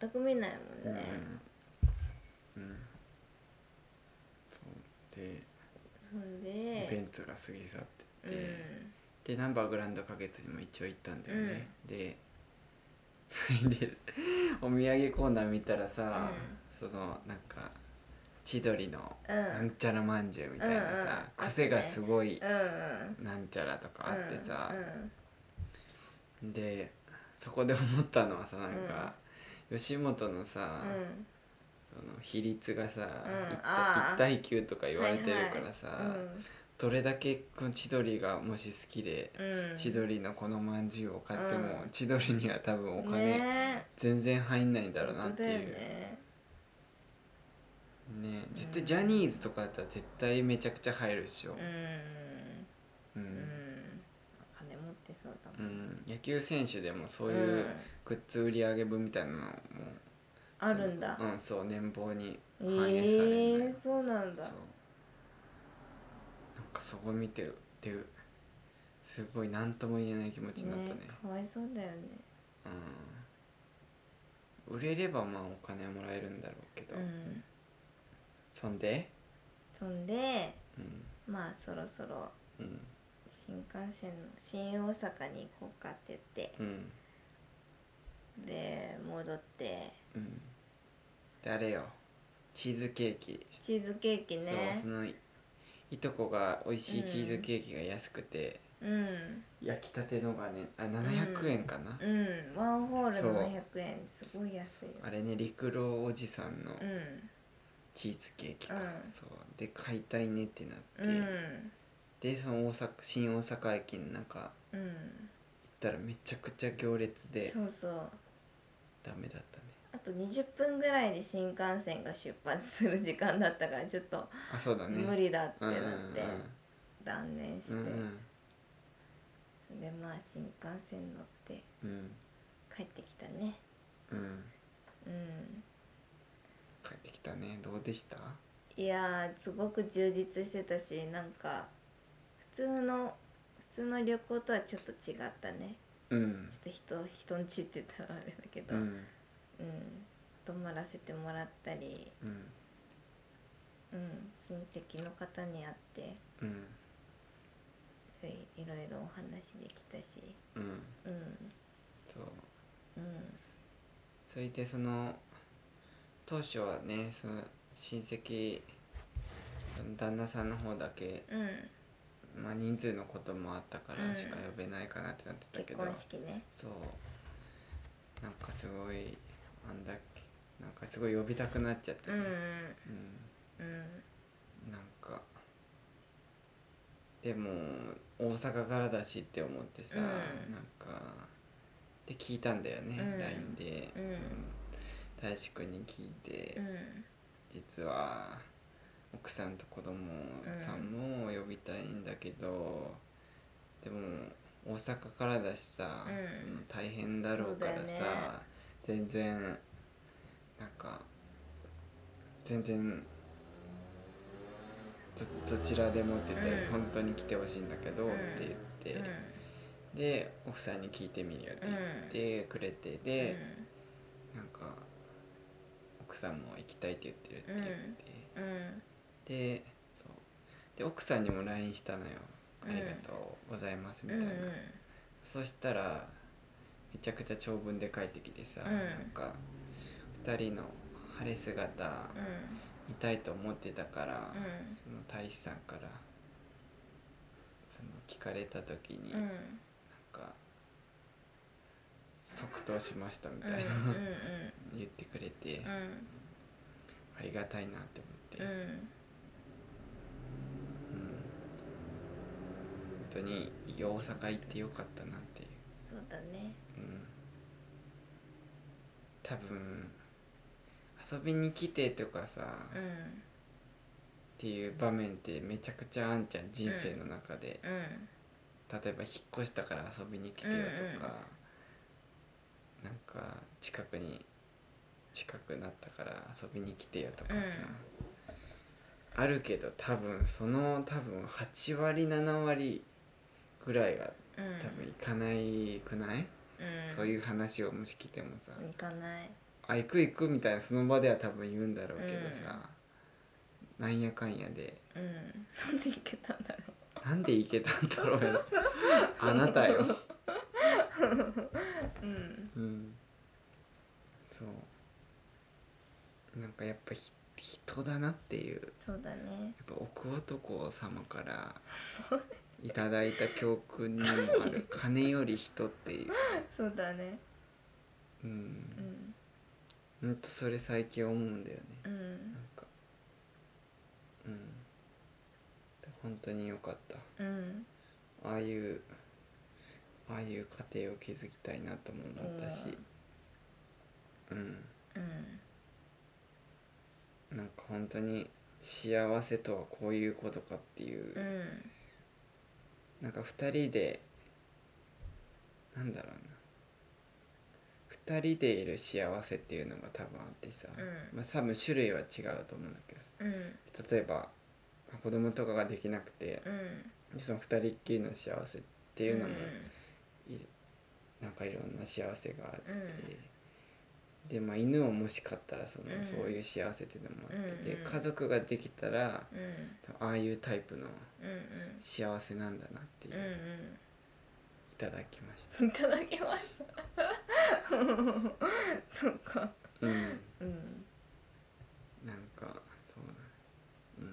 全く見ないもんね、うん、うん、そうでそんイベンでトが過ぎ去ってうって、でんナンバーグランド花月にも一応行ったんだよね、でそれでお土産コーナー見たらさ、そのなんか千鳥のうなんんちゃらまんじゅうみたいなうんうんさ、あったね癖がすごいうんなんちゃらとかあってさう、んでそこで思ったのはさなんか、吉本のうさ、んうんその比率がさ、うん一あー対一対9とか言われてるからさ、はいはいどれだけこの千鳥がもし好きで、うんうん千鳥のこのまんじゅうを買っても、うん千鳥には多分お金、ね全然入んないんえだろうなっていう本当だよねね絶う対んジャニーズとかだったら絶対めちゃくちゃ入るっしょ、ううんうんん金持ってそうだうもんん野球選手でもそういううんグッズ売り上げ分みたいなのもあるんだうんそう年俸にえ反映されるのよえそうなんだそうなんかそこ見てってすごい何とも言えない気持ちになったねねかわいそうだよねうん売れればまあお金もらえるんだろうけど、うんそんでそんでうんまあそろそろうん新幹線の新大阪に行こうかって言ってうんで戻ってうんであれよチーズケーキ、チーズケーキそうねそのいいとこが美味しいチーズケーキが安くて、うん焼きたてのがねあ700円かな、うんワンホールそう700円すごい安いよあれね陸郎おじさんのうんチーズケーキか、うんそうで買いたいねってなって、うんでその大阪新大阪駅の中行っうんたらめちゃくちゃ行列でそうそうダメだったねあと20分ぐらいで新幹線が出発する時間だったからちょっとあそうだね無理だってうんうなっんて断念してうんそれでまあ新幹線乗ってうんうん帰ってきたねうんうん帰ってきたねどうでしたいやーすごく充実してたしなんか普通の普通の旅行とはちょっと違ったねうんちょっと人人んちって言ったらあれだけうど、うんん泊まらせてもらったり、うんうん、親戚の方に会ってうんいいろいろお話できたしうんうんそううんそれでその当初はねその親戚その旦那さんの方だけ、うんまあ、人数のこともあったかうらんしか呼べないかなってなってたけ結ど、婚式ねそうなんかすごいあんだけなんかすごい呼びたくなっちゃってうね、んううんんなんかでも大阪からだしって思ってさ、うんなんかで聞いたんだよね、うん LINE で、うん大志くんに聞いて、うん実は奥さんと子供さんも呼びたいんだけど、でも大阪からだしさ、うんその大変だろうからさ、そうだよね全然なんか全然どどちらでもって言って、うん本当に来てほしいんだけど、うんって言って、で奥さんに聞いてみるよって言ってくれてうんで、なんか奥さんも行きたいって言ってるって言って。うんうんでそうで奥さんにも LINE したのよ「うんありがとうございます」みうたいんな、そしたらめちゃくちゃ長文で帰ってきてさ、うんなんか2人の晴れ姿うん見たいと思ってたから、うんその大使さんからその聞かれた時に、うんなんか即答しましたみたいな、うんうん 言ってくれて、うんうんありがたいなって思って。うんうん本当にいい大阪行ってよかったなっていう、そうだねうん、多分遊びに来てとかさ、うっんていう場面ってめちゃくちゃあんちゃん人生の中で、うん例えば引っ越したから遊びに来てよとか、なんか近くに近くなったから遊びに来てよとかさ、あるけど多分その多分8割7割ぐらいはうん多分行かないくない、うんそういう話をもし来てもさ、行かないあ行く行くみたいなその場では多分言うんだろうけどさ、なんやかんやでうんなんでいけたんだろうなんで行けたんだろうよあなたようんうんそうなんかやっぱひ人だなっていうそうだねやっぱ奥男様からいただいた教訓にもあ る金より人っていうそうだねううんんほんとそれ最近思うんだよねうなんんかうん本当に良かったうんああいうああいう家庭を築きたいなとも思ったしうんうんなんか本当に幸せとはこういうことかっていう、うんなんか2人でなんだろうな2人でいる幸せっていうのが多分あってさ、うんまあ、多分種類は違うと思うんだけうんど例えばまあ子供とかができなくてうんでその2人っきりの幸せっていうのもんいなんかいろんな幸せがあって、うんで、まあ、犬をもし飼ったらその、うんそういう幸せっていうのもあって、うんうんで家族ができたらうんうん多分ああいうタイプのうん幸せなんだなっていう、ういんただきました。うんいただきましたそっかうん、うんなんかそうだうんや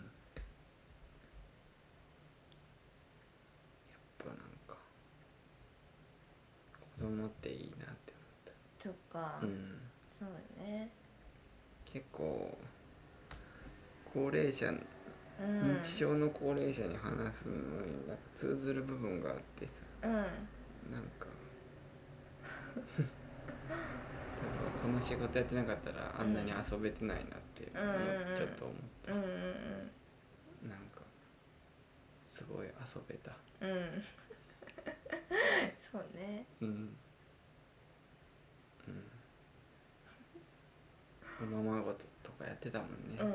っぱなんか子供っていいなってそっか、思った、うん、そうね結構高齢者うん認知症の高齢者に話すのになんか通ずる部分があってさうんなんかなんかこの仕事やってなかったらあんなに遊べてないなって思っうんうんうんちょっと思ったうんうんなんかすごい遊べたうんうんそうねうんうんおままごととかやってたもんねうん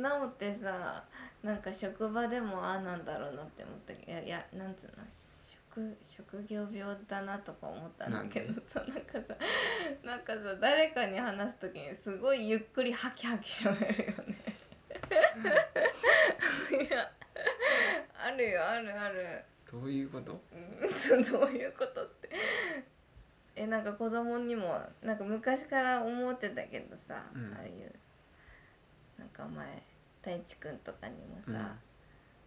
なおってさなんか職場でもああなんだろうなって思ったけどいやいやなんつうの職職業病だなとか思ったんだけどさなんかさなんかさ誰かに話す時にすごいゆっくりハキハキしゃべるよね いやあるよあるあるどういうことうん どういうことってえなんか子供にもなんか昔から思ってたけどさ、うんああいうなんか前太一くんとかにもさ、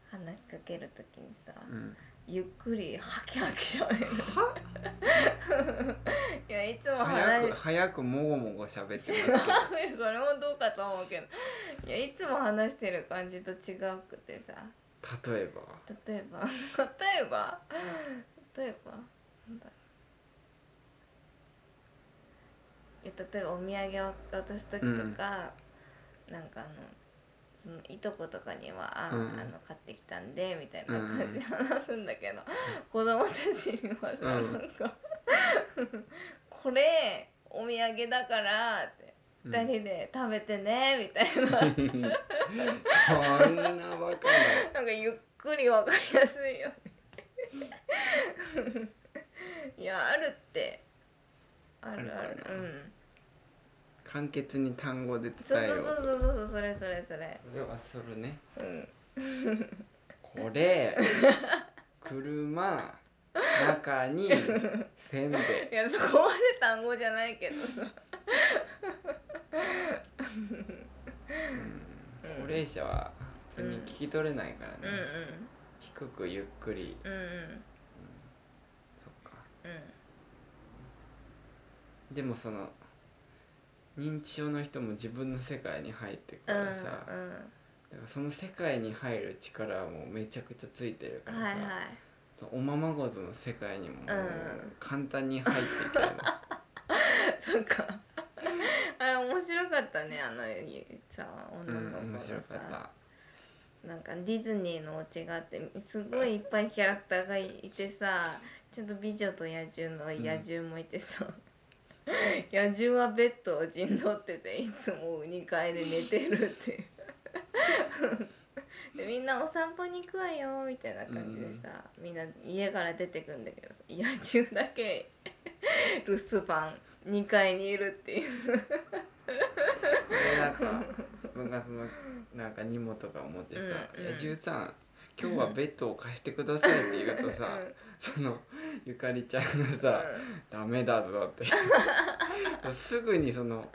話しかけるときにさ、うん、うん、ゆっくりハキハキしゃべる いやいつも話早しく早くもごもご喋ってますけど それもどうかと思うけどいやいつも話してる感じと違うくてさ 例えば例えば 例えば例えばなんだろういや例えばお土産を渡す時とか、なんかあのそのいとことかには「あ,、うんあの買ってきたんで」みたいなうん感じで話すんだけど、子供たちにはさ、うんなんか これお土産だから」って「うん2人で食べてね」みたいな、そんなバカななんかゆっくりわかりやすいよね。いやあるってあるああるるかうなん簡潔に単語でそう伝えそよううとそうそうそうそれそれそれそれはするねうんこ れ車中にせんべいいやそこまで単語じゃないけどさうん高齢者は普通に聞き取れないからね、うんうん低くゆっくり、うんうんそっかうんでもその認知症の人も自分の世界に入ってくうからんさ、だかうんらその世界に入る力はもうめちゃくちゃついてるからさ、はいはいそのおままごとの世界にももううん簡単に入ってい けるのそっかあれ面白かったねあのさ女のうん、子が面さ、白かったなんかディズニーのお家があってすごいいっぱいキャラクターがいてさちゃんと美女と野獣の野獣もいてさ、 野獣はベッドを陣取ってていつも2階で寝てるって でみんなお散歩に行くわよみたいな感じでさ、みんな家から出てくんだけどさ野獣だけ 留守番2階にいるっていうでなんか文学のなんか荷物とか持ってさ「うんうんえ13今日はベッドを貸してください」って言うとさそのゆかりちゃんがうんさ「ダメだぞ」 ってすぐにその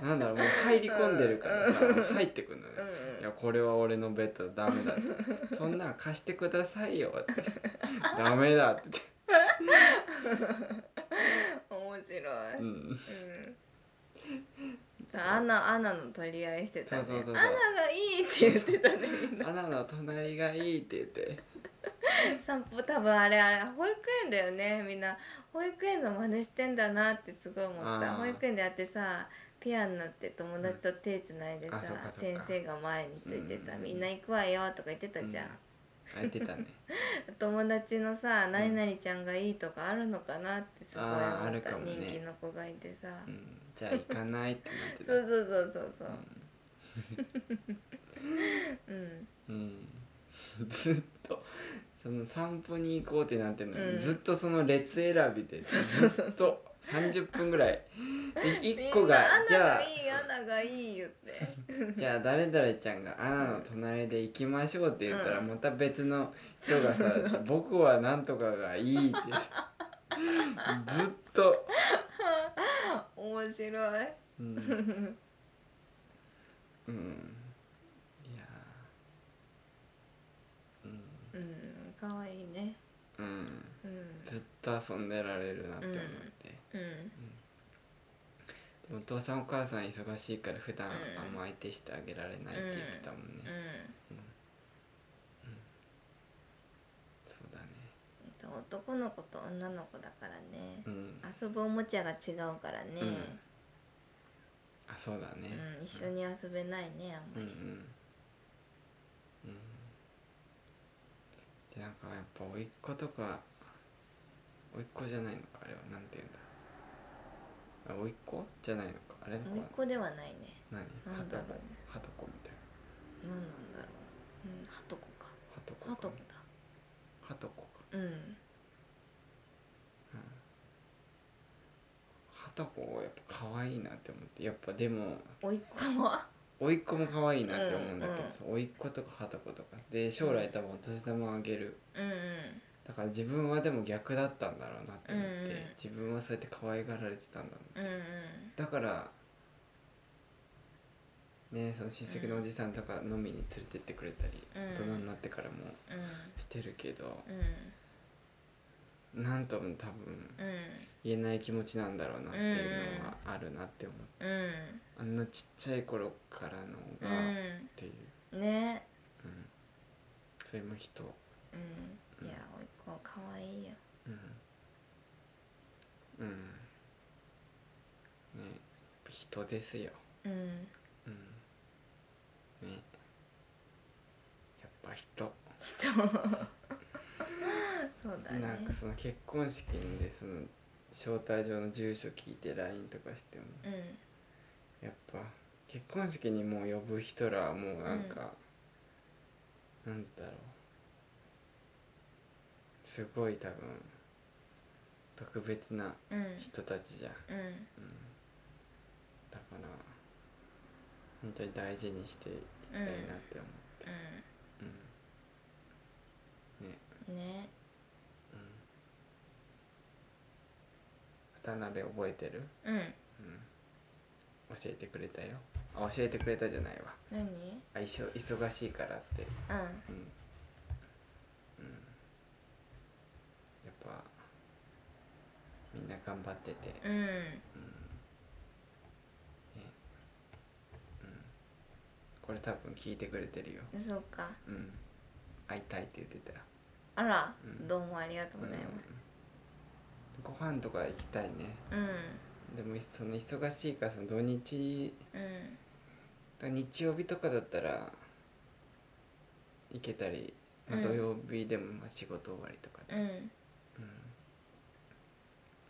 なんだろうもう入り込んでるからさ入ってくるのねうんうんいやこれは俺のベッドだダメだって そんなん貸してくださいよってダメだって、面白い、ううん ん、アナアナの取り合いしてたねそうそうそうそうアナがいいって言ってたねみんなアナの隣がいいって言って散歩多分あれあれ保育園だよねみんな保育園の真似してんだなってすごい思ったあー保育園でやってさペアになって友達と手つないでさ、あそっかそっか先生が前についてさ、うんみんな行くわよとか言ってたじゃん、空いてたね友達のさ「ん何々ちゃんがいい」とかあるのかなってすごい思あーあっるた、かもね人気の子がいてさ、うんじゃあ行かないってなってたそうそうそうそうそうううんん、うん、ずっとその散歩に行こうってなってんのに、うんずっとその列選びでずっと30分ぐらいで1個 がじみんなゃあアナがいいアナがいい言ってじゃあ誰々ちゃんがアナの隣で行きましょうって言ったらうんまた別の人がさ「僕はなんとかがいい」ってずっと、面白いうん、うんいやーうん可愛いねうん、うん、うんずっと遊んでられるなって思って、うんでもお父さんお母さん忙しいから普段うんあんま相手してあげられないって言ってたもんね、うんそうだね男の子と女の子だからね、うん遊ぶおもちゃが違うからね、うんあそうだうねん、一緒に遊べないねあんうんうんまり、うんでなんかやっぱ甥っ子とか甥っ子じゃないのかあれはなんて言うんだあ甥っ子じゃないのかあれのもう一子個ではないね何なハんトだろうコハトコみたいな何なんだろううんハトコかハトコハトかコハトコかだうんうんハトコやっぱ可愛いなって思ってやっぱでも甥っ子は甥っ子も可愛いなって思うんだけどうんうんさ甥っ子とかハトコとかで将来多分お年玉あげるうんうんだから自分はでも逆だったんだろうなって思って、うんうん自分はそうやって可愛がられてたんだもんうんうんだからねその親戚のおじさんとか飲みに連れてってくれたり、うん大人になってからもうんしてるけど、うんなんとも多分う言えない気持ちなんだろうなっていうのはあるなって思う、んうんあんなちっちゃい頃からのうが、っんていう、ねうん、それも人、うんいや甥っ子は可愛いようんうんねやっぱ人ですようんうんねやっぱ人、人 そうだねなんかその結婚式でその招待状の住所聞いて LINE とかしてもうんやっぱ結婚式にもう呼ぶ人らはもうなんか、なんだろうすごい多分特別なうん人たちじゃんうんうんだから本当に大事にしていきたいなって思って、うんねうんね渡辺覚えてる、うんうん、教えてくれたよあ教えてくれたじゃないわ何うんあ一緒忙しいからってうん、うん、やっぱみんな頑張っててうんうんねうんこれ多分聞いてくれてるよそうかうん会いたいって言ってたあら、うんどうもありがとうございまうんご飯とか行きたいねすうんでもいその忙しいからその土日うん日曜日とかだったら行けたり、まあうん土曜日でもまあ仕事終わりとかでうんうんうん、うん、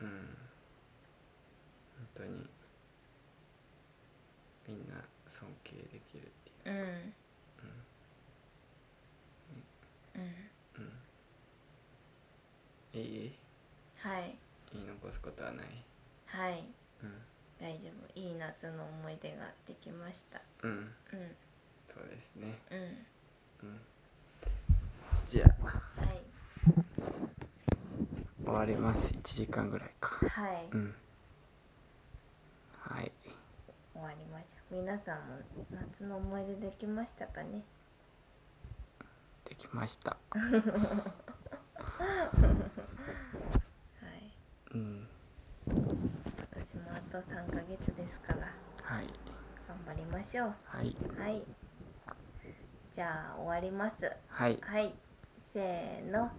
本当にみんな尊敬できるっていううんうんうんいいはい言い残すことはないはいうん大丈夫いい夏の思い出ができましたうんうんそうですねうんうんじゃあはい終わります1時間ぐらいかはい、うんはい終わりましょう皆さんも夏の思い出できましたかねできましたはいうん私もあと3ヶ月ですからはい頑張りましょうはいはいじゃあ終わりますはいはいせーの